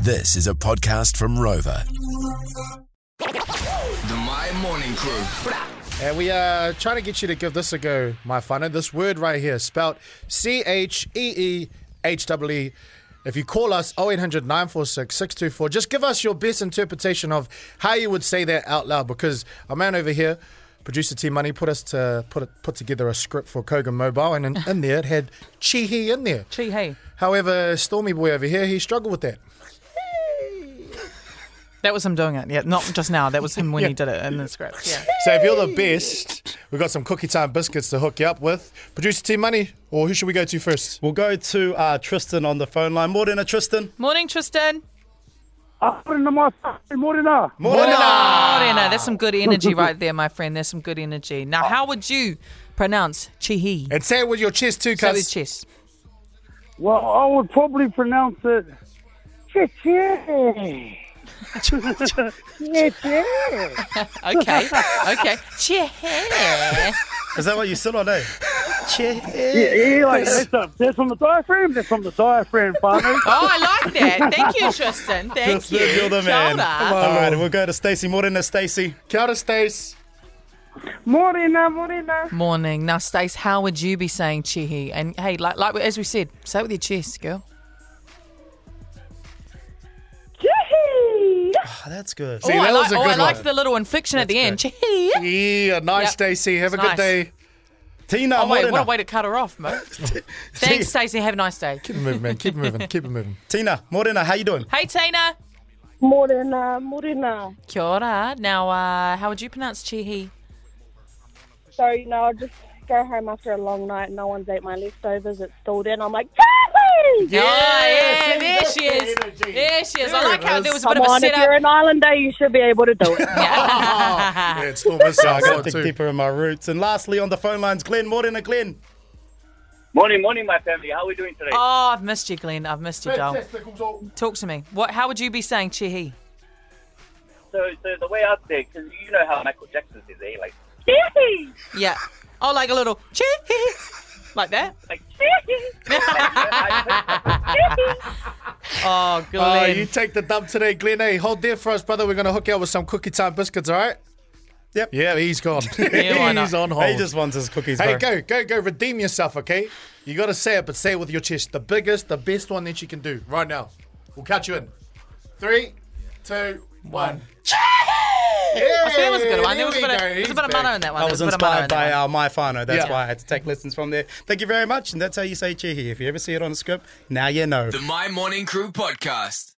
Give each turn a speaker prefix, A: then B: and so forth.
A: This is a podcast from Rover.
B: The My Morning Crew.
C: And we are trying to get you to give this a go, my whānau. This word right here, spelt C H E E H E E. If you call us 0800 946 624, just give us your best interpretation of how you would say that out loud because a man over here, producer T Money, put us to put it, put together a script for Kogan Mobile, and in, in there it had Chihi in there.
D: Chi hey.
C: However, Stormy Boy over here, he struggled with that.
D: That was him doing it. Yeah, not just now. That was him when he did it in the script. Yeah.
C: So if you're the best, we've got some cookie time biscuits to hook you up with. Producer T Money, or who should we go to first?
E: We'll go to uh, Tristan on the phone line. Morena, Tristan.
D: Morning, Tristan.
F: Morena, my morena.
D: Morena. That's some good energy right there, my friend. That's some good energy. Now, how would you pronounce chihi?
C: And say it with your chest too,
D: So with
C: cuz.
D: chest.
F: Well, I would probably pronounce it. Chichi.
D: Okay. Okay. Chihi.
E: Is that what you sit on, eh?
F: Yeah, like that's, a, that's from the diaphragm. That's from the diaphragm, partner.
D: Oh, I like that. Thank you, Tristan. Thank
E: Tristan,
D: you.
E: you're the man.
D: Kia ora.
E: All right, we'll go to Stacey. Morena, Stacey.
C: Kia ora, Stace.
F: morena, morena.
D: Morning. Now, Stace, how would you be saying chihi? And hey, like, like as we said, say it with your chest, girl.
F: Chichi.
E: Oh, that's good.
D: oh,
C: that
D: I,
C: was
D: like,
C: a
D: oh, I
C: good
D: like
C: one.
D: the little inflection at the end. Chihi.
C: Yeah, nice,
D: Yep.
C: Stacey. Have a
D: It's
C: good
D: nice.
C: day.
E: Tina, uh,
D: Oh, wait,
E: Morena.
D: what a way to cut her off, mate. Thanks, Stacey. Have a nice day.
C: Keep it moving, man. Keep it moving. Keep it moving.
E: Tina, Morena, how you doing?
D: Hey, Tina.
G: Morena, morena.
D: Kia ora. Now, uh, how would you pronounce chihi?
G: So, you know, I just go home after a long night, no one's ate my leftovers, it's stalled in. I'm like, Yahoo!
D: Oh, Yeah, yeah, there she is. There she is. I like how there was a bit
G: Come
D: of a
G: on, if you're
D: setup.
G: an islander, you should be able to do it.
D: Ah.
C: Yeah, it's Storm is
E: I got to
C: out
E: dig
C: too.
E: deeper in my roots. And lastly, on the phone lines, Glenn. Morena, Glenn.
H: Morning, morning, my family. How are we doing today?
D: Oh, I've missed you, Glenn. I've missed you, Joel. Talk to me. What? How would you be saying chihi?
H: so, so the way out there, because you know how Michael Jackson is, eh? Like,
G: Yahoo!
D: Yeah. Oh, like a little chihi, like that.
H: like.
D: Oh, Glenn.
C: Uh, you take the dub today, Glenn. Hey, hold there for us, brother. We're going to hook you up with some cookie time biscuits, all right?
E: Yep.
C: Yeah, he's gone.
D: why not?
C: he's on hold.
E: He just wants his cookies,
C: Hey,
E: bro.
C: go, go, go. Redeem yourself, okay? You got to say it, but say it with your chest. The biggest, the best one that you can do right now. We'll catch you in. Three, two, one.
D: I see, that was a good one. There was a
C: we
D: bit of,
C: go.
D: there was a
C: He's
D: bit of mana
C: back.
D: in that one.
E: I
D: There
E: was
D: a bit of mana in
E: inspired
D: that
E: by
D: one.
E: uh, my whānau. That's
C: Yeah.
E: why I had to take lessons from there. Thank you very much. And that's how you say chihi. If you ever see it on a script, now you know.
B: The My Morning Crew podcast.